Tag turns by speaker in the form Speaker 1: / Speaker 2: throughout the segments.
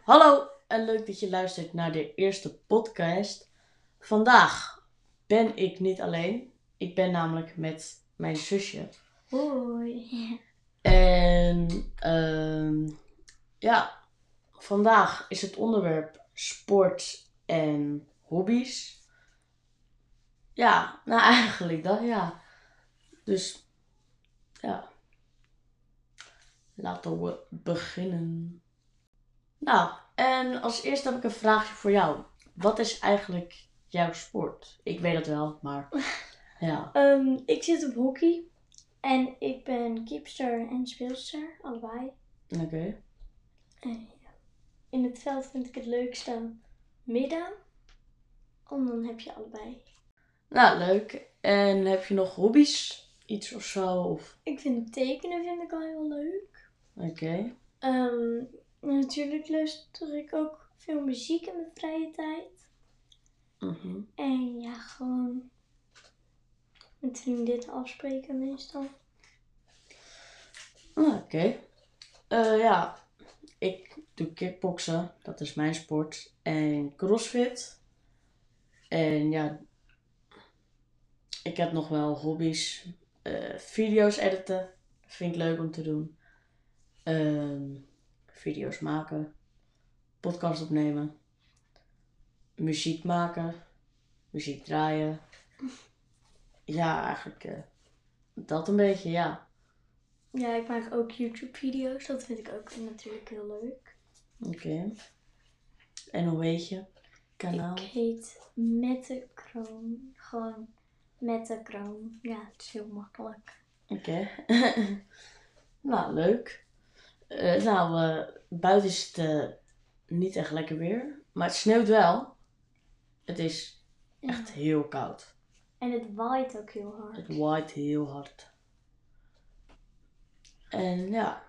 Speaker 1: Hallo en leuk dat je luistert naar de eerste podcast. Vandaag ben ik niet alleen. Ik ben namelijk met mijn zusje.
Speaker 2: Hoi.
Speaker 1: En ehm, ja, vandaag is het onderwerp sport en hobby's. Ja, nou eigenlijk dat ja. Dus ja, laten we beginnen. Nou, en als eerste heb ik een vraagje voor jou. Wat is eigenlijk jouw sport? Ik weet het wel, maar ja.
Speaker 2: Ehm, ik zit op hockey. En ik ben keepster en speelster, allebei.
Speaker 1: Oké.
Speaker 2: En ja, in het veld vind ik het leukste midden. En dan heb je allebei.
Speaker 1: Nou, leuk. En heb je nog hobby's? Iets of zo? Of...
Speaker 2: Ik vind tekenen vind ik al heel leuk.
Speaker 1: Oké.
Speaker 2: Ehm, en natuurlijk luister ik ook veel muziek in mijn vrije tijd.
Speaker 1: Mhm.
Speaker 2: En ja, gewoon met vriendinnen afspreken meestal.
Speaker 1: Ah, Oké. Eh, ja, ik doe kickboksen. Dat is mijn sport. En crossfit. En ja, ik heb nog wel hobby's. Eh, video's editen. Vind ik leuk om te doen. Ehm, video's maken. Podcast opnemen. Muziek maken. Muziek draaien. Ja, eigenlijk eh, dat een beetje, ja.
Speaker 2: Ja, ik maak ook YouTube-video's. Dat vind ik ook natuurlijk heel leuk.
Speaker 1: Oké. En hoe heet je kanaal?
Speaker 2: Ik heet Mette Kroon. Gewoon Mette Kroon. Ja, het is heel makkelijk.
Speaker 1: Oké. nou, leuk. Eh, nou, eh, buiten is het eh, niet echt lekker weer. Maar het sneeuwt wel. Het is echt heel koud.
Speaker 2: En het waait ook heel hard.
Speaker 1: Het waait heel hard. En ja.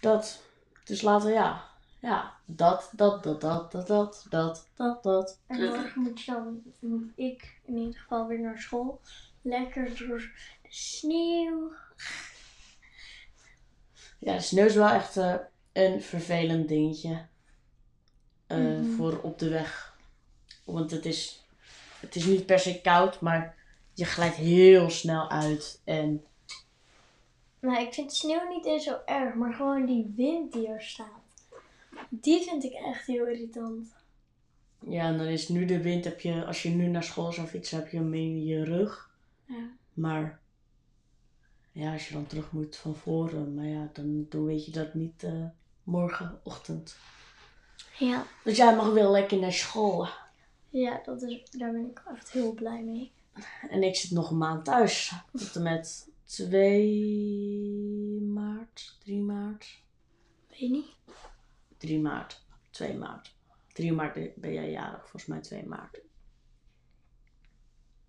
Speaker 1: Dat. Dus laten we ja. Ja. Dat, dat, dat, dat, dat, dat, dat, dat, dat.
Speaker 2: En morgen moet, je dan, moet ik in ieder geval weer naar school. Lekker door de sneeuw.
Speaker 1: Ja, de sneeuw is wel echt eh, een vervelend dingetje eh,
Speaker 2: Mhm.
Speaker 1: voor op de weg. Want het is, het is niet per se koud, maar je glijdt heel snel uit. En
Speaker 2: Nou, ik vind sneeuw niet eens zo erg, maar gewoon die wind die er staat. Die vind ik echt heel irritant.
Speaker 1: ja, en dan is nu de wind, heb je, als je nu naar school is of iets, heb je hem in je rug.
Speaker 2: Ja.
Speaker 1: Maar ja, als je dan terug moet van voren, maar ja, dan, dan weet je dat niet eh, morgenochtend.
Speaker 2: Ja.
Speaker 1: Dus jij mag wel lekker naar school.
Speaker 2: Ja, dat is, daar ben ik echt heel blij mee.
Speaker 1: En ik zit nog een maand thuis. Tot en met 2 maart, 3 maart,
Speaker 2: Weet je niet?
Speaker 1: 3 maart, 2 maart. 3 maart ben jij jarig, volgens mij 2 maart.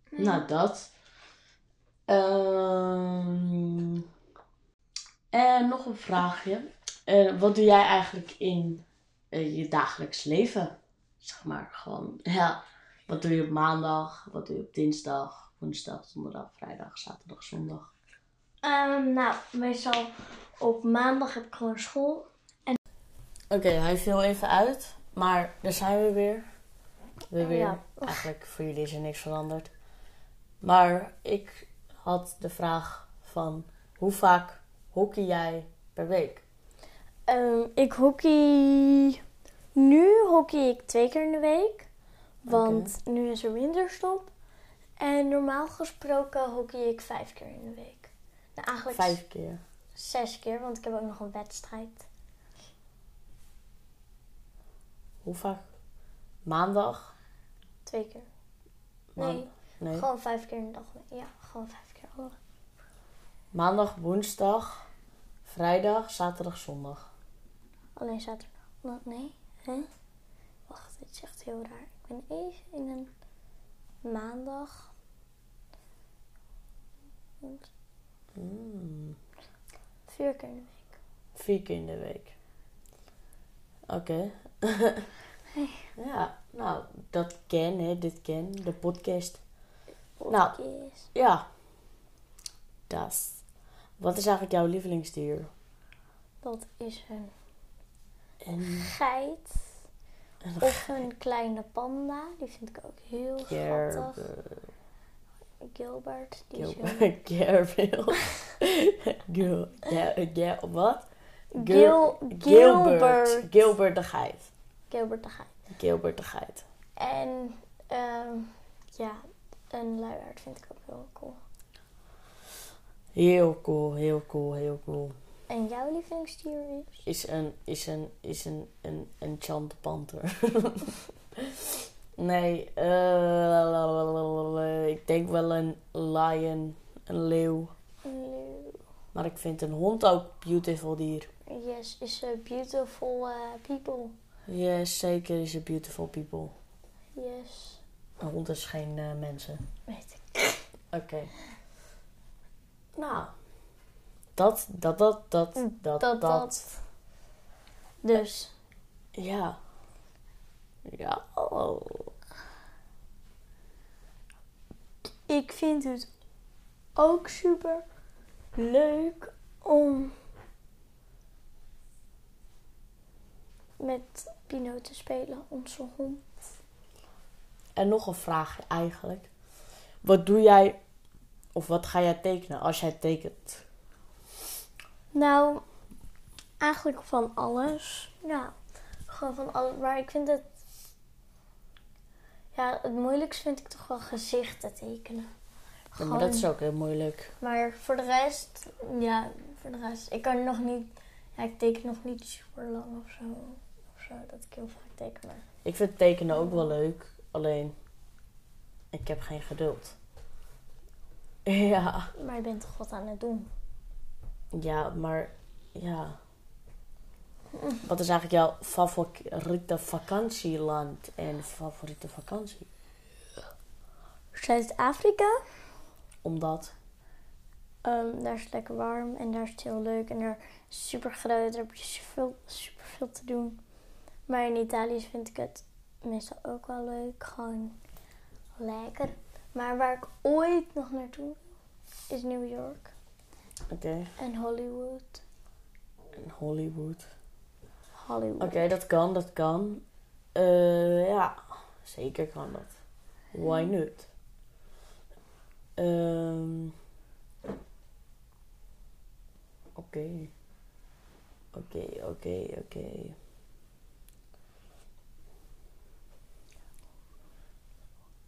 Speaker 1: Nou, dat. Ehm, en nog een vraagje. Eh, wat doe jij eigenlijk in eh, je dagelijks leven? Zeg maar gewoon, ja. Wat doe je op maandag? Wat doe je op dinsdag? Woensdag, donderdag, vrijdag, zaterdag, zondag?
Speaker 2: Ehm, nou, meestal op maandag heb ik gewoon school.
Speaker 1: Oké, hij viel even uit, maar daar zijn we weer. We
Speaker 2: Oh Ja.
Speaker 1: weer. Eigenlijk voor jullie is er niks veranderd. Maar ik had de vraag van hoe vaak hockey jij per week?
Speaker 2: Ehm, ik hockey. Nu hockey ik twee keer in de week. Want nu is er winterstop. En normaal gesproken hockey ik vijf keer in de week. Nou, eigenlijk s-
Speaker 1: Vijf keer.
Speaker 2: zes keer, want ik heb ook nog een wedstrijd.
Speaker 1: Hoe vaak? Maandag?
Speaker 2: Twee keer.
Speaker 1: Ma-
Speaker 2: Nee,
Speaker 1: nee.
Speaker 2: gewoon vijf keer in de dag. Ja, gewoon vijf keer. alle-
Speaker 1: Maandag, woensdag, vrijdag, zaterdag, zondag.
Speaker 2: Alleen zaterdag. Wat? Nee? Hè? Wacht, dit is echt heel raar. Ik ben even in een maandag.
Speaker 1: Hmm.
Speaker 2: Vier keer in de week.
Speaker 1: Vier keer in de week. Oké. ja, nou, dat ken, hè. Dit ken, de podcast. Nou.
Speaker 2: Podcast.
Speaker 1: Ja. Das. Wat is eigenlijk jouw lievelingsdier?
Speaker 2: Dat is een
Speaker 1: En
Speaker 2: geit
Speaker 1: een
Speaker 2: of een kleine panda. Die vind ik ook heel schattig. Gilbert, die is heel...
Speaker 1: Gerbil. Gil, Ge- Ge- wat?
Speaker 2: Gil, Gilbert.
Speaker 1: Gilbert. Gilbert de geit.
Speaker 2: Gilbert de geit.
Speaker 1: Gilbert de geit.
Speaker 2: En ehm, ja, een luiaard vind ik ook heel cool.
Speaker 1: Heel cool, heel cool, heel cool.
Speaker 2: En jouw lievelingsdier is?
Speaker 1: Is een, is een, is een, een, een chante panter. nee, eh, ik denk wel een lion, een leeuw.
Speaker 2: Een leeuw.
Speaker 1: Maar ik vind een hond ook beautiful dier.
Speaker 2: Yes, is a beautiful eh, people.
Speaker 1: Yes, zeker is a beautiful people.
Speaker 2: Yes.
Speaker 1: Een hond is geen eh, mensen.
Speaker 2: Weet ik.
Speaker 1: Oké. Nou, dat, dat, dat, dat,
Speaker 2: Mm,
Speaker 1: dat,
Speaker 2: dat,
Speaker 1: dat.
Speaker 2: dat. Dus,
Speaker 1: Ja. Ja. oh.
Speaker 2: ik vind het ook super leuk om met Pino te spelen, onze hond.
Speaker 1: En nog een vraag eigenlijk. Wat doe jij, of wat ga jij tekenen als jij tekent?
Speaker 2: Nou, eigenlijk van alles. Ja, gewoon van alles. Maar ik vind het... Ja, het moeilijkst vind ik toch wel gezichten tekenen.
Speaker 1: Ja,
Speaker 2: Gewoon,
Speaker 1: maar dat is ook heel moeilijk.
Speaker 2: maar voor de rest... Ja, voor de rest. Ik kan nog niet... Ja, ik teken nog niet super lang of zo. Of zo, dat ik heel vaak teken. Maar
Speaker 1: Ik vind tekenen ook wel leuk, alleen ik heb geen geduld. Ja,
Speaker 2: Maar je bent toch wat aan het doen?
Speaker 1: ja, maar ja. Wat is eigenlijk jouw favoriete vakantieland en favoriete vakantie?
Speaker 2: Zuid-Afrika.
Speaker 1: Omdat,
Speaker 2: Ehm, daar is het lekker warm en daar is het heel leuk. En daar is super groot, daar heb je super, super veel te doen. Maar in Italië vind ik het meestal ook wel leuk. Gewoon lekker. Maar waar ik ooit nog naartoe wil, is New York
Speaker 1: oké,
Speaker 2: en Hollywood.
Speaker 1: en Hollywood.
Speaker 2: Hollywood.
Speaker 1: Oké, dat kan, dat kan. Eh, ja, zeker kan dat. Why not? Ehm, Oké. Oké, oké, oké.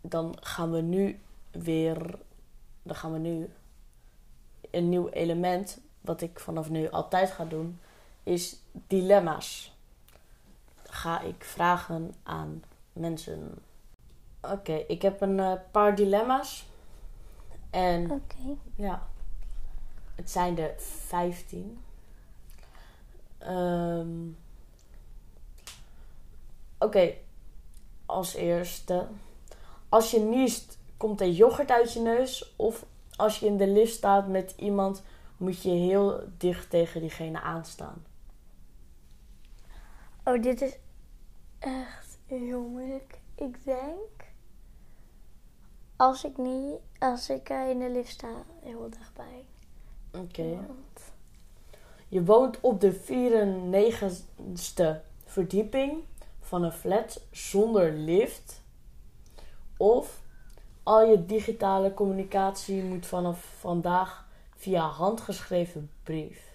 Speaker 1: Dan gaan we nu weer. Dan gaan we nu. Een nieuw element, wat ik vanaf nu altijd ga doen, is dilemma's ga ik vragen aan mensen. Oké, ik heb een eh, paar dilemma's. En
Speaker 2: Oké.
Speaker 1: ja, het zijn er 15. Ehm, Oké, als eerste. Als je niest, komt er yoghurt uit je neus. Of als je in de lift staat met iemand, moet je heel dicht tegen diegene aanstaan.
Speaker 2: Oh, dit is echt heel moeilijk. Ik denk. Als ik niet. Als ik eh, in de lift sta, heel dichtbij.
Speaker 1: Oké.
Speaker 2: iemand.
Speaker 1: Je woont op de 94ste verdieping van een flat zonder lift. Of al je digitale communicatie moet vanaf vandaag via handgeschreven brief.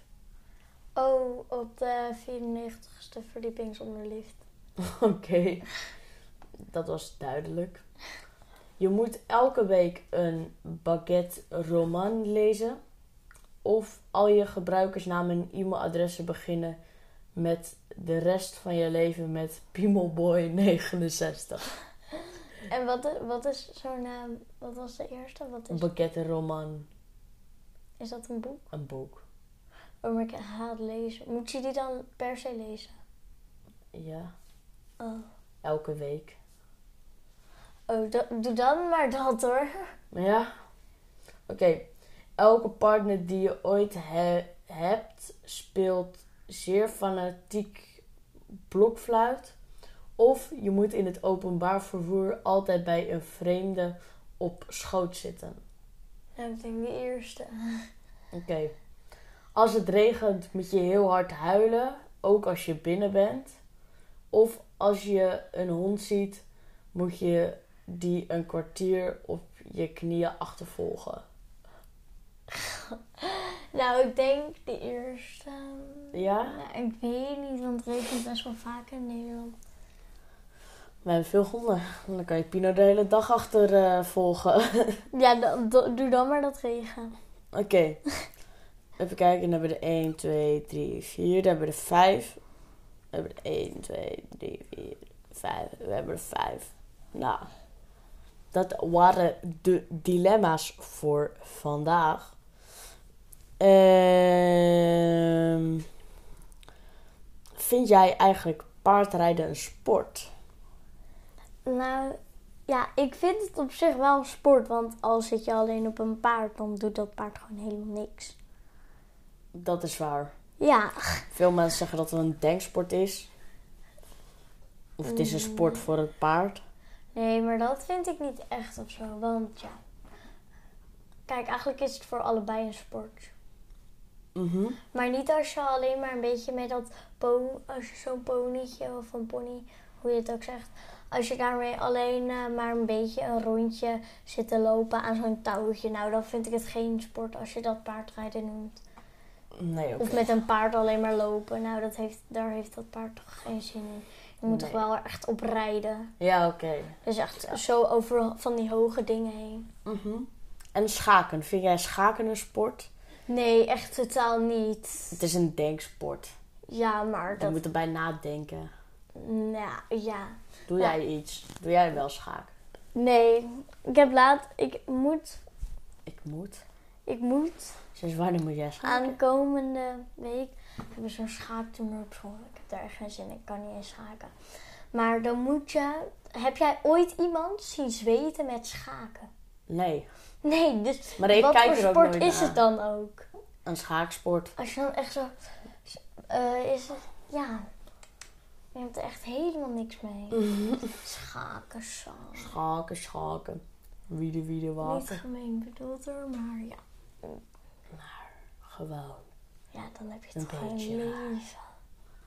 Speaker 2: Oh, op de 94ste verdieping zonder lift.
Speaker 1: Oké, dat was duidelijk. Je moet elke week een baguette roman lezen. Of al je gebruikersnamen en e-mailadressen beginnen met de rest van je leven met Piemelboy69.
Speaker 2: En wat, wat is zo'n naam? Wat was de eerste? Wat
Speaker 1: Een
Speaker 2: is,
Speaker 1: baguette roman,
Speaker 2: is dat een boek?
Speaker 1: een boek.
Speaker 2: Oh, maar ik haat lezen. Moet je die dan per se lezen?
Speaker 1: Ja,
Speaker 2: Oh,
Speaker 1: elke week.
Speaker 2: oh da- doe dan maar dat hoor.
Speaker 1: Ja. Oké. Elke partner die je ooit he- hebt speelt zeer fanatiek blokfluit. Of je moet in het openbaar vervoer altijd bij een vreemde op schoot zitten.
Speaker 2: Nou, ik denk de eerste.
Speaker 1: Oké. Als het regent moet je heel hard huilen. ook als je binnen bent. Of als je een hond ziet, moet je die een kwartier op je knieën achtervolgen.
Speaker 2: Nou, ik denk de eerste. ehm,
Speaker 1: Ja?
Speaker 2: Ja, ik weet niet, want het regent best wel vaak in Nederland.
Speaker 1: We hebben veel honden. Dan kan je Pino de hele dag eh, achtervolgen.
Speaker 2: Ja, dan- do- doe dan maar dat regen.
Speaker 1: Oké. Even kijken. Dan hebben we de 1, 2, 3, 4. Dan hebben we de 5. We hebben de 1, 2, 3, 4, 5. We hebben de 5. Nou. Dat waren de dilemma's voor vandaag. Ehm, vind jij eigenlijk paardrijden een sport?
Speaker 2: Nou, ja, ik vind het op zich wel een sport, want al zit je alleen op een paard, dan doet dat paard gewoon helemaal niks.
Speaker 1: Dat is waar.
Speaker 2: Ja,
Speaker 1: Veel mensen zeggen dat het een denksport is. Of het is een
Speaker 2: Mm.
Speaker 1: sport voor het paard.
Speaker 2: nee, maar dat vind ik niet echt of zo, want ja. Kijk, eigenlijk is het voor allebei een sport.
Speaker 1: Mhm.
Speaker 2: Maar niet als je alleen maar een beetje met dat po- als je zo'n ponytje of een pony, hoe je het ook zegt. Als je daarmee alleen eh, maar een beetje een rondje zit te lopen aan zo'n touwtje. Nou, dan vind ik het geen sport als je dat paardrijden noemt.
Speaker 1: Nee, oké.
Speaker 2: Of met een paard alleen maar lopen. Nou, dat heeft, daar heeft dat paard toch geen zin in. Je moet toch
Speaker 1: Nee.
Speaker 2: wel er echt op rijden.
Speaker 1: Ja, oké.
Speaker 2: Dus echt zo over van die hoge dingen heen.
Speaker 1: Mhm. En schaken. Vind jij schaken een sport?
Speaker 2: Nee, echt totaal niet.
Speaker 1: Het is een denksport.
Speaker 2: Ja, maar
Speaker 1: Je
Speaker 2: dat...
Speaker 1: moet erbij nadenken.
Speaker 2: Nou, ja.
Speaker 1: Doe
Speaker 2: Ja.
Speaker 1: jij iets? Doe jij wel schaken?
Speaker 2: Nee, ik heb laat. Ik moet.
Speaker 1: Ik moet.
Speaker 2: Ik moet.
Speaker 1: Sinds wanneer moet jij schaken?
Speaker 2: Aankomende week hebben ze een schaaktoernooi op school. Ik heb daar echt geen zin in. Ik kan niet eens schaken. Maar dan moet je. Heb jij ooit iemand zien zweten met schaken?
Speaker 1: Nee,
Speaker 2: Nee, dus.
Speaker 1: Maar ik
Speaker 2: wat
Speaker 1: kijk
Speaker 2: voor
Speaker 1: er ook
Speaker 2: sport
Speaker 1: nooit
Speaker 2: is
Speaker 1: naar.
Speaker 2: het dan ook?
Speaker 1: een schaaksport.
Speaker 2: Als je dan echt zo. eh, is het. Ja. Je hebt er echt helemaal niks mee. Schaken, zo.
Speaker 1: Schaken, schaken. Wie de wie de
Speaker 2: Niet
Speaker 1: water.
Speaker 2: gemeen bedoeld hoor, maar ja.
Speaker 1: Gewoon.
Speaker 2: Ja, dan heb je
Speaker 1: Een
Speaker 2: het geen
Speaker 1: beetje raar.
Speaker 2: leven.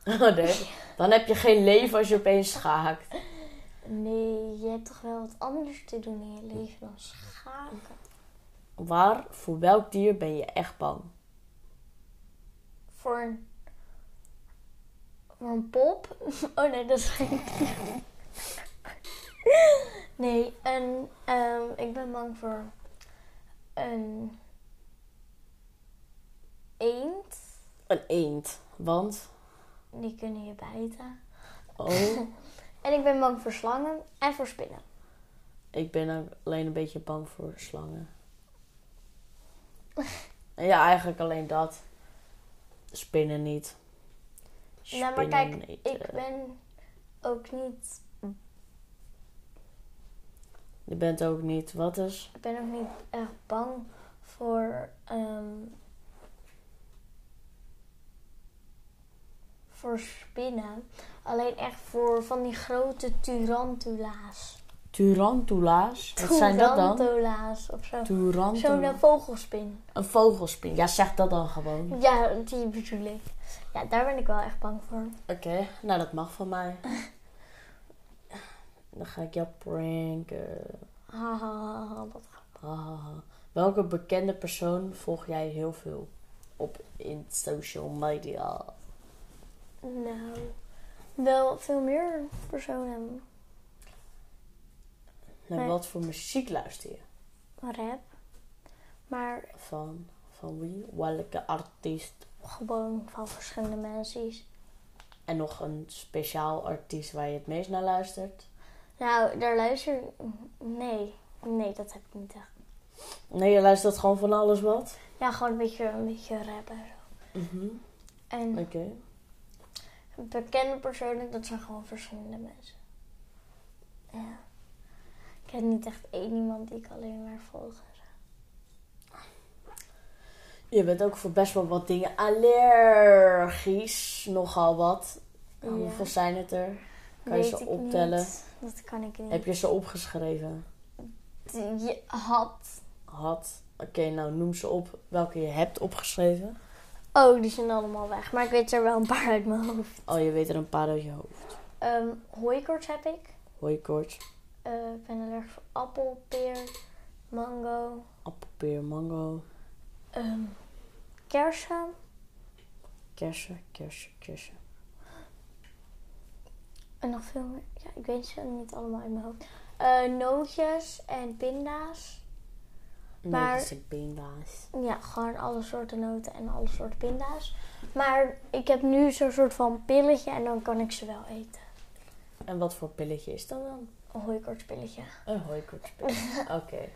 Speaker 1: Oh, nee. Dan heb je geen leven als je opeens schaakt.
Speaker 2: Nee, je hebt toch wel wat anders te doen in je leven dan schaken.
Speaker 1: Waar, voor welk dier ben je echt bang?
Speaker 2: Voor een, voor een pop? Oh nee, dat is geen dier. Nee, en ehm, ik ben bang voor een eend.
Speaker 1: Een eend. Want?
Speaker 2: Die kunnen je bijten.
Speaker 1: Oh,
Speaker 2: En ik ben bang voor slangen en voor spinnen.
Speaker 1: ik ben ook alleen een beetje bang voor slangen. Ja, eigenlijk alleen dat. Spinnen niet.
Speaker 2: nou, maar kijk,
Speaker 1: Spinnen
Speaker 2: ik
Speaker 1: eten.
Speaker 2: ben ook niet,
Speaker 1: Je bent ook niet, wat is?
Speaker 2: ik ben ook niet echt bang voor, ehm, voor spinnen. Alleen echt voor van die grote tarantula's.
Speaker 1: Turantula's. Wat zijn dat dan?
Speaker 2: Tarantula's of zo. Zo'n eh,
Speaker 1: Turantula.
Speaker 2: vogelspin.
Speaker 1: Een vogelspin. Ja, zeg dat dan gewoon.
Speaker 2: Ja, die bedoel ik. Ja, daar ben ik wel echt bang voor.
Speaker 1: Oké, nou dat mag van mij. Dan ga ik jou pranken.
Speaker 2: Hahaha, dat
Speaker 1: Hahaha. Welke bekende persoon volg jij heel veel op in social media?
Speaker 2: Nou, wel veel meer personen.
Speaker 1: Naar
Speaker 2: Nee.
Speaker 1: wat voor muziek luister je?
Speaker 2: Rap. Maar
Speaker 1: Van, van wie? Welke artiest?
Speaker 2: gewoon van verschillende mensen. is.
Speaker 1: En nog een speciaal artiest waar je het meest naar luistert?
Speaker 2: Nou, daar luister ik... Nee, nee, dat heb ik niet echt.
Speaker 1: Nee, je luistert gewoon van alles wat?
Speaker 2: Ja, gewoon een beetje, een beetje rappen. en zo.
Speaker 1: Mhm. Oké.
Speaker 2: En bekende personen, dat zijn gewoon verschillende mensen. Ja. Ik heb niet echt één iemand die ik alleen maar volg.
Speaker 1: Je bent ook voor best wel wat dingen allergisch. Nogal wat.
Speaker 2: Ja.
Speaker 1: Hoeveel zijn het er? Kan je
Speaker 2: Weet
Speaker 1: ze
Speaker 2: ik
Speaker 1: optellen?
Speaker 2: niet. Dat kan ik niet.
Speaker 1: Heb je ze opgeschreven?
Speaker 2: Je had...
Speaker 1: Had. Oké, nou noem ze op welke je hebt opgeschreven.
Speaker 2: Oh, die zijn allemaal weg. Maar ik weet er wel een paar uit mijn hoofd.
Speaker 1: Oh, je weet er een paar uit je hoofd.
Speaker 2: Ehm hooikoorts heb ik.
Speaker 1: Hooikoorts,
Speaker 2: Eh, ik ben allergisch voor appel, peer, mango,
Speaker 1: appelpeer, mango,
Speaker 2: ehm, kersen.
Speaker 1: kersen, kersen, kersen.
Speaker 2: En nog veel meer. Ja, ik weet ze niet allemaal uit mijn hoofd. Eh, nootjes en pinda's. Maar-
Speaker 1: Nee, dat zijn pinda's.
Speaker 2: Ja, gewoon alle soorten noten en alle soorten pinda's. Maar ik heb nu zo'n soort van pilletje en dan kan ik ze wel eten.
Speaker 1: En wat voor pilletje is dat dan?
Speaker 2: Een hooikoortspilletje.
Speaker 1: Een hooikoortspilletje. Oké.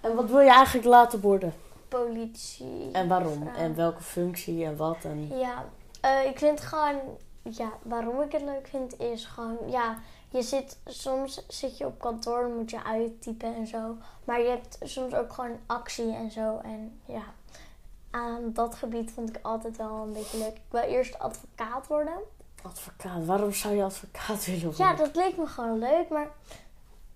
Speaker 1: En wat wil je eigenlijk laten worden?
Speaker 2: Politie.
Speaker 1: En waarom?
Speaker 2: vrouw.
Speaker 1: En welke functie en wat? En...
Speaker 2: Ja, eh, ik vind gewoon, ja, waarom ik het leuk vind is gewoon, ja, je zit, soms zit je op kantoor en moet je uittypen en zo. Maar je hebt soms ook gewoon actie en zo. En ja, aan dat gebied vond ik altijd wel een beetje leuk. Ik wil eerst advocaat worden.
Speaker 1: Advocaat. Waarom zou je advocaat willen worden?
Speaker 2: Ja, dat leek me gewoon leuk, maar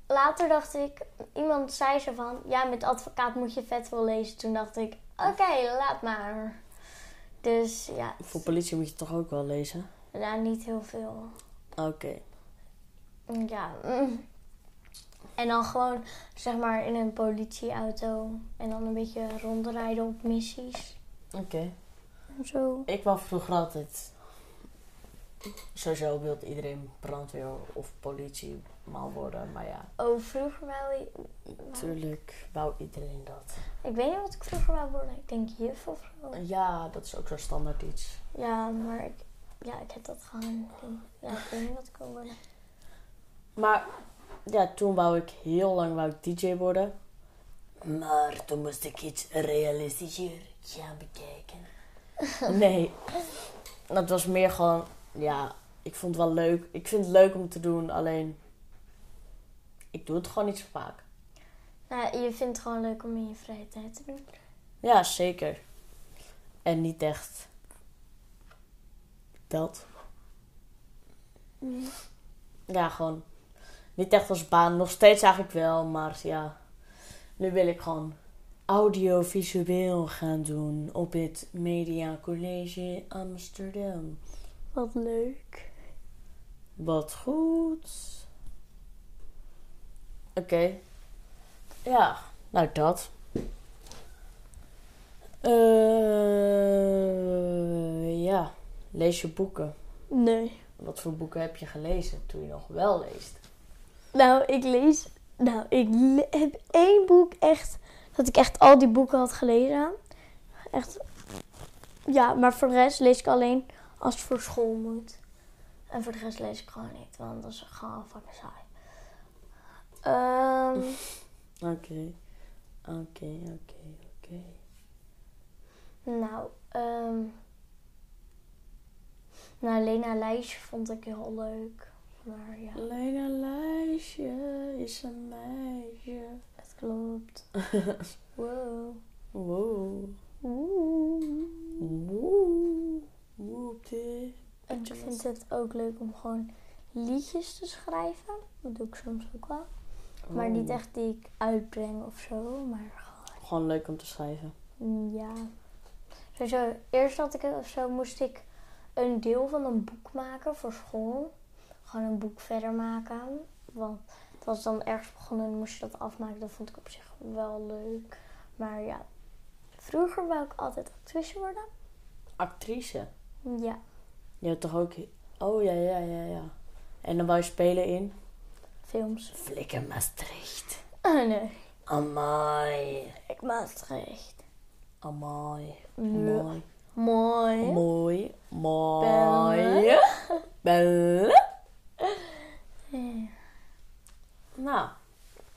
Speaker 2: later dacht ik, iemand zei zo van, ja, met advocaat moet je vet wel lezen. Toen dacht ik, oké, laat maar. Dus ja,
Speaker 1: Voor politie moet je toch ook wel lezen?
Speaker 2: nou, niet heel veel.
Speaker 1: Oké.
Speaker 2: Ja. mm. En dan gewoon, zeg maar, in een politieauto. En dan een beetje rondrijden op missies.
Speaker 1: Oké.
Speaker 2: En zo.
Speaker 1: Ik wou vroeger altijd... Sowieso wil iedereen brandweer of politieman worden. Maar ja,
Speaker 2: Oh, vroeger wou ik...
Speaker 1: natuurlijk wou iedereen dat.
Speaker 2: Ik weet niet wat ik vroeger wou worden. Ik denk juf of zo.
Speaker 1: Ja, dat is ook zo'n standaard iets.
Speaker 2: Ja, maar ik... Ja, ik heb dat gewoon... Ja, ik weet niet wat ik wil worden.
Speaker 1: Maar ja, toen wou ik heel lang wou ik DJ worden. Maar toen moest ik iets realistischer gaan bekijken. Nee, dat was meer gewoon, ja, ik vond het wel leuk. Ik vind het leuk om te doen, alleen ik doe het gewoon niet zo vaak.
Speaker 2: Nou, je vindt het gewoon leuk om in je vrije tijd te doen.
Speaker 1: Ja, zeker. En niet echt dat. Ja, gewoon niet echt als baan. Nog steeds eigenlijk wel, maar ja. Nu wil ik gewoon audiovisueel gaan doen op het Media College Amsterdam.
Speaker 2: Wat leuk.
Speaker 1: Wat goed. Oké. Ja, nou dat. Eh, ja, lees je boeken.
Speaker 2: Nee.
Speaker 1: Wat voor boeken heb je gelezen toen je nog wel leest?
Speaker 2: Nou, ik lees... Nou, ik le- heb één boek echt... Dat ik echt al die boeken had gelezen. Echt... Ja, maar voor de rest lees ik alleen als het voor school moet. En voor de rest lees ik gewoon niet. Want dat is gewoon fucking saai. Ehm,
Speaker 1: Oké. Oké, oké, oké.
Speaker 2: nou, ehm nou, Lena Lijstje vond ik heel leuk. Maar ja,
Speaker 1: Lena Lijstje is een meisje.
Speaker 2: het klopt. Wow.
Speaker 1: Wow.
Speaker 2: Oeh.
Speaker 1: Woe. Woepie.
Speaker 2: En ik vind het ook leuk om gewoon liedjes te schrijven. Dat doe ik soms ook wel. Maar niet
Speaker 1: Oh.
Speaker 2: echt die ik uitbreng of zo. Maar gewoon,
Speaker 1: Gewoon leuk om te schrijven.
Speaker 2: mm, ja. Sowieso, eerst had ik het of zo, moest ik een deel van een boek maken voor school. Gewoon een boek verder maken. Want het was dan ergens begonnen en moest je dat afmaken. Dat vond ik op zich wel leuk. Maar ja, vroeger wou ik altijd actrice worden.
Speaker 1: Actrice.
Speaker 2: Ja,
Speaker 1: Je hebt toch ook... Oh, ja, ja, ja, ja. En dan wou je spelen in...
Speaker 2: films.
Speaker 1: Flikker Maastricht.
Speaker 2: Oh nee,
Speaker 1: Amai.
Speaker 2: ik Maastricht.
Speaker 1: Amai.
Speaker 2: Ja.
Speaker 1: Mooi.
Speaker 2: Mooi.
Speaker 1: Mooi. Mooi. Bellen. Nou,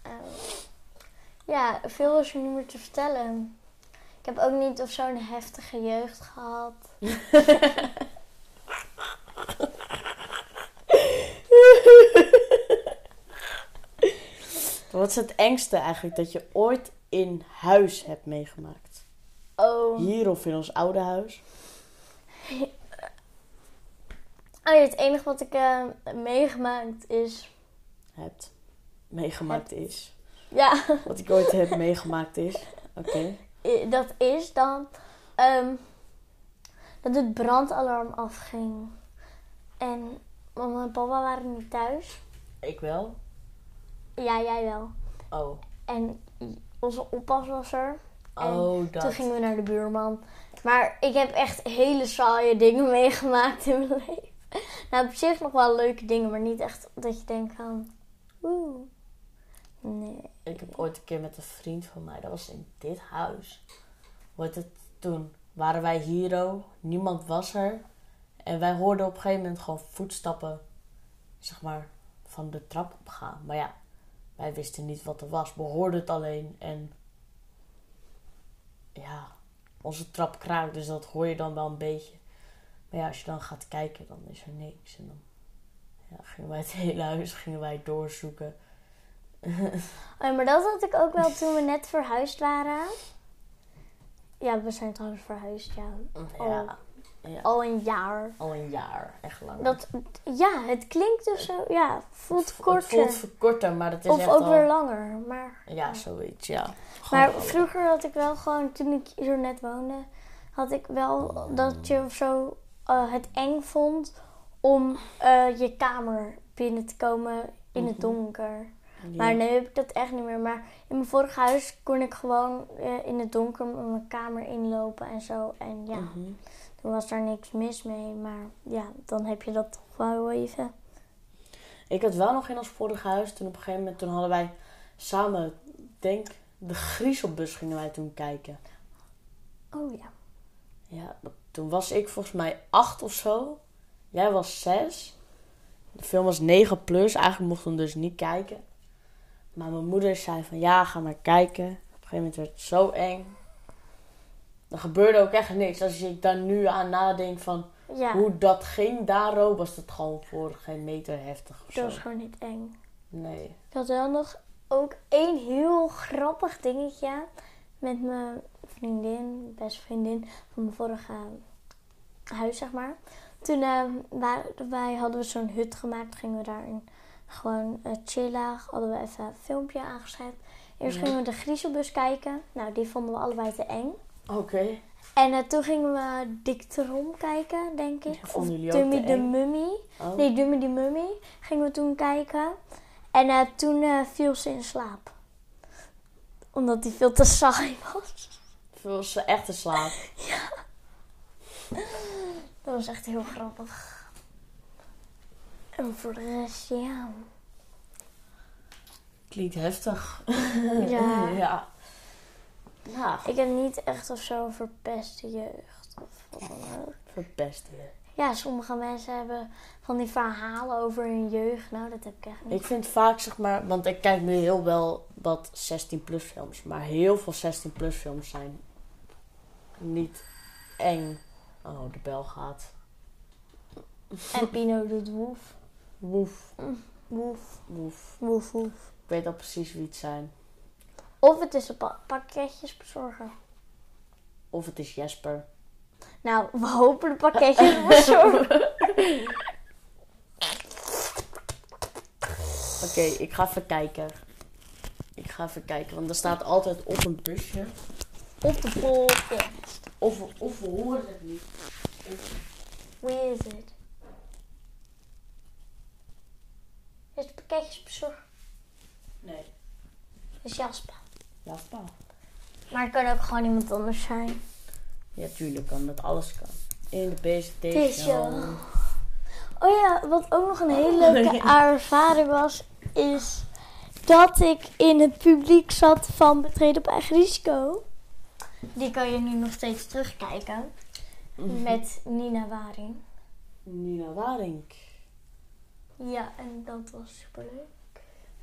Speaker 2: Eh, oh. ja, veel is er niet meer te vertellen. Ik heb ook niet of zo'n heftige jeugd gehad.
Speaker 1: wat is het engste eigenlijk dat je ooit in huis hebt meegemaakt?
Speaker 2: Oh,
Speaker 1: Hier of in ons oude huis?
Speaker 2: oh ja, het enige wat ik eh, meegemaakt is...
Speaker 1: Hebt. Meegemaakt is.
Speaker 2: Ja,
Speaker 1: Wat ik ooit heb meegemaakt is. Oké.
Speaker 2: dat is dan... ehm, dat het brandalarm afging. En mama en papa waren niet thuis.
Speaker 1: Ik wel.
Speaker 2: Ja, jij wel.
Speaker 1: Oh.
Speaker 2: En onze oppas was er. En
Speaker 1: Oh, dat.
Speaker 2: Toen gingen we naar de buurman. Maar ik heb echt hele saaie dingen meegemaakt in mijn leven. Nou, op zich nog wel leuke dingen, maar niet echt dat je denkt aan... Oeh. Nee.
Speaker 1: Ik heb ooit een keer met een vriend van mij, dat was in dit huis. Wat het toen? Waren wij hier ook? Niemand was er. En wij hoorden op een gegeven moment gewoon voetstappen, zeg maar, van de trap opgaan. Maar ja, wij wisten niet wat er was. We hoorden het alleen en. Ja, onze trap kraakt, dus dat hoor je dan wel een beetje. Maar ja, als je dan gaat kijken, dan is er niks. En dan ja, gingen wij het hele huis gingen wij doorzoeken.
Speaker 2: Oh, maar dat had ik ook wel toen we net verhuisd waren. Ja, we zijn trouwens verhuisd, ja. Oh.
Speaker 1: Ja,
Speaker 2: Al een jaar.
Speaker 1: al een jaar, echt lang.
Speaker 2: Dat, ja, het klinkt dus zo... Ja, voelt
Speaker 1: Het
Speaker 2: korter.
Speaker 1: voelt ver- korter, maar dat is
Speaker 2: of
Speaker 1: echt
Speaker 2: ook
Speaker 1: al...
Speaker 2: weer langer, maar...
Speaker 1: Ja, zoiets, ja.
Speaker 2: Maar
Speaker 1: Gewoon-
Speaker 2: vroeger had ik wel gewoon, toen ik hier net woonde, had ik wel dat je of zo eh, het eng vond om eh, je kamer binnen te komen in het donker.
Speaker 1: Mhm. Ja.
Speaker 2: Maar nu heb ik dat echt niet meer. Maar in mijn vorige huis kon ik gewoon eh, in het donker m- mijn kamer inlopen en zo. En ja,
Speaker 1: Mhm.
Speaker 2: toen was daar niks mis mee. Maar ja, dan heb je dat toch wel even.
Speaker 1: Ik had wel nog in ons vorige huis. Toen op een gegeven moment toen hadden wij samen, denk de griezelbus gingen wij toen kijken.
Speaker 2: Oh ja.
Speaker 1: Ja, dat- toen was ik volgens mij acht of zo. Jij was zes. De film was 9 plus. Eigenlijk mochten we hem dus niet kijken. Maar mijn moeder zei van ja, ga maar kijken. Op een gegeven moment werd het zo eng. Er gebeurde ook echt niks. Als ik daar nu aan nadenk van
Speaker 2: Ja,
Speaker 1: hoe dat ging daarop, was het gewoon voor geen meter heftig of
Speaker 2: dat
Speaker 1: zo.
Speaker 2: was gewoon niet eng.
Speaker 1: Nee.
Speaker 2: Ik had wel nog ook één heel grappig dingetje met mijn vriendin, beste vriendin van mijn vorige huis, zeg maar. Toen eh, waren wij, hadden we zo'n hut gemaakt, gingen we daarin gewoon eh, chillen. Hadden we even een filmpje aangezet. Eerst
Speaker 1: Ja.
Speaker 2: gingen we de griezelbus kijken. Nou, die vonden we allebei te eng.
Speaker 1: Oké.
Speaker 2: En eh, toen gingen we Dick Trom kijken, denk ik.
Speaker 1: Ja,
Speaker 2: of
Speaker 1: vonden jullie ook
Speaker 2: Dummy
Speaker 1: te
Speaker 2: de
Speaker 1: eng?
Speaker 2: Mummy.
Speaker 1: Oh.
Speaker 2: Nee, Dummy die Mummy gingen we toen kijken. En eh, toen eh, viel ze in slaap. Omdat die veel te saai was.
Speaker 1: Veel ze echt te slaap.
Speaker 2: Dat was echt heel grappig. En voor de rest, ja.
Speaker 1: Klinkt heftig.
Speaker 2: Eh, Ja.
Speaker 1: ja. Nou, Ja,
Speaker 2: Ik heb niet echt of zo een verpeste jeugd. Of wat dan ook.
Speaker 1: verpest weer.
Speaker 2: ja, sommige mensen hebben van die verhalen over hun jeugd. Nou, dat heb ik echt niet.
Speaker 1: Ik vind vaak, zeg maar, want ik kijk nu heel wel wat 16-plus films. Maar heel veel 16-plus films zijn niet eng. Oh, de bel gaat.
Speaker 2: En Pino doet woef.
Speaker 1: Woef,
Speaker 2: Woef,
Speaker 1: woef.
Speaker 2: woef, woef.
Speaker 1: Ik weet al precies wie het zijn.
Speaker 2: Of het is een pa- pakketjes bezorgen.
Speaker 1: Of het is Jesper.
Speaker 2: Nou, we hopen de pakketjes bezorgen.
Speaker 1: Oké, ik ga even kijken. Ik ga even kijken, want er staat altijd op een busje.
Speaker 2: Op de podcast.
Speaker 1: Of, we- of we horen het niet.
Speaker 2: Wie is het? Is de pakketjes bezorgd?
Speaker 1: Nee.
Speaker 2: Is Jasper.
Speaker 1: Ja, pa.
Speaker 2: Maar het kan ook gewoon iemand anders zijn.
Speaker 1: Ja, tuurlijk kan dat. Alles kan. In de
Speaker 2: Deze.
Speaker 1: presentation.
Speaker 2: Oh ja, wat ook nog een hele leuke ervaring was, is dat ik in het publiek zat van Betreden op eigen risico. Die kan je nu nog steeds terugkijken. Met Nina Waring.
Speaker 1: Mhm. Nina Waring.
Speaker 2: Ja, en dat was superleuk.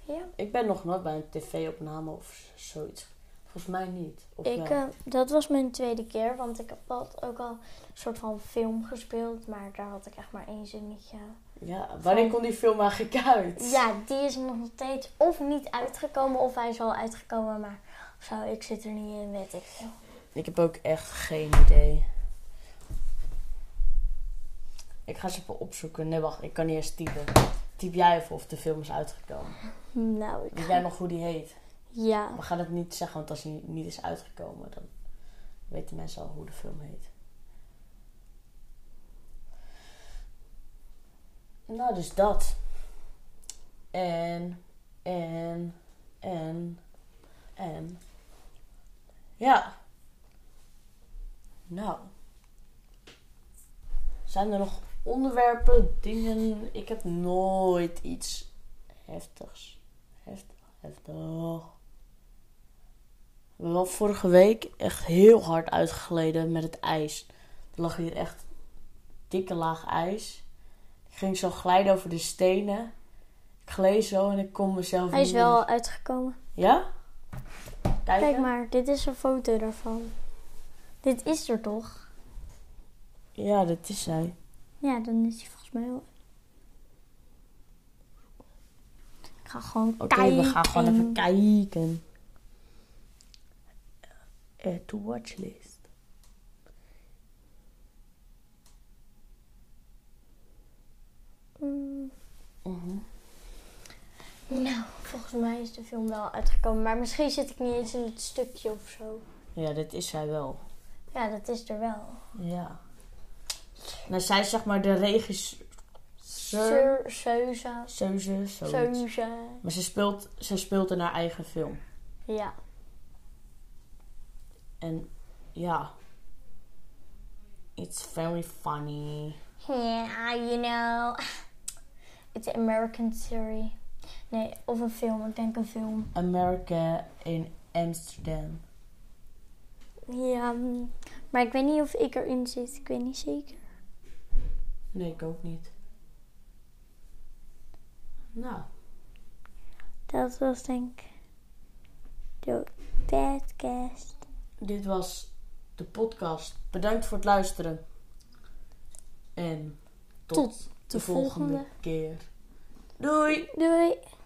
Speaker 2: Ja.
Speaker 1: Ik ben nog nooit bij een tv-opname of z- zoiets. Volgens mij niet. Of
Speaker 2: Ik,
Speaker 1: wel?
Speaker 2: eh, dat was mijn tweede keer, want ik had ook al een soort van film gespeeld, maar daar had ik echt maar één zinnetje.
Speaker 1: ja, wanneer kon die film eigenlijk uit?
Speaker 2: Ja, die is nog steeds of niet uitgekomen, of hij is wel uitgekomen, maar zo, ik zit er niet in, weet ik veel.
Speaker 1: Ik heb ook echt geen idee. Ik ga ze even opzoeken. Nee, wacht. Ik kan niet eens typen. Typ jij even of de film is uitgekomen.
Speaker 2: Nou, ik
Speaker 1: Weet
Speaker 2: ga...
Speaker 1: jij nog hoe die heet?
Speaker 2: Ja,
Speaker 1: We gaan het niet zeggen, want als die niet is uitgekomen, dan weten mensen al hoe de film heet. Nou, dus dat. En, en, en, en. Ja. Nou. Zijn er nog onderwerpen, dingen? Ik heb nooit iets heftigs. Heftig, heftig. We hebben wel vorige week echt heel hard uitgeleden met het ijs. Er lag hier echt dikke laag ijs. Ik ging zo glijden over de stenen. Ik gleed zo en ik kon mezelf
Speaker 2: Hij is
Speaker 1: niet
Speaker 2: wel
Speaker 1: meer-
Speaker 2: uitgekomen.
Speaker 1: Ja? Kijken.
Speaker 2: Kijk maar, dit is een foto daarvan. Dit is er toch?
Speaker 1: Ja, dat is hij.
Speaker 2: Ja, dan is hij volgens mij wel. Ik ga gewoon
Speaker 1: Oké, we gaan gewoon
Speaker 2: kijken.
Speaker 1: even kijken. Add Eh, to watchlist.
Speaker 2: Mm.
Speaker 1: Mhm.
Speaker 2: Nou, volgens mij is de film wel uitgekomen. Maar misschien zit ik niet eens in het stukje of zo.
Speaker 1: Ja, dat is hij wel.
Speaker 2: Ja, dat is er wel.
Speaker 1: Ja. Nou, zij is zeg maar de regisseur.
Speaker 2: Sir, Seuza.
Speaker 1: Seuze, zoiets.
Speaker 2: Seuza.
Speaker 1: Maar ze speelt, ze speelt in haar eigen film.
Speaker 2: Ja.
Speaker 1: En ja. It's very funny.
Speaker 2: Yeah, you know. It's an American serie. Nee, of een film. Ik denk een film.
Speaker 1: America in Amsterdam.
Speaker 2: Ja, mm, maar ik weet niet of ik erin zit. Ik weet niet zeker.
Speaker 1: Nee, ik ook niet. Nou.
Speaker 2: Dat was denk ik de podcast.
Speaker 1: Dit was de podcast. Bedankt voor het luisteren. En tot,
Speaker 2: Tot de
Speaker 1: de volgende
Speaker 2: volgende.
Speaker 1: keer. Doei!
Speaker 2: Doei!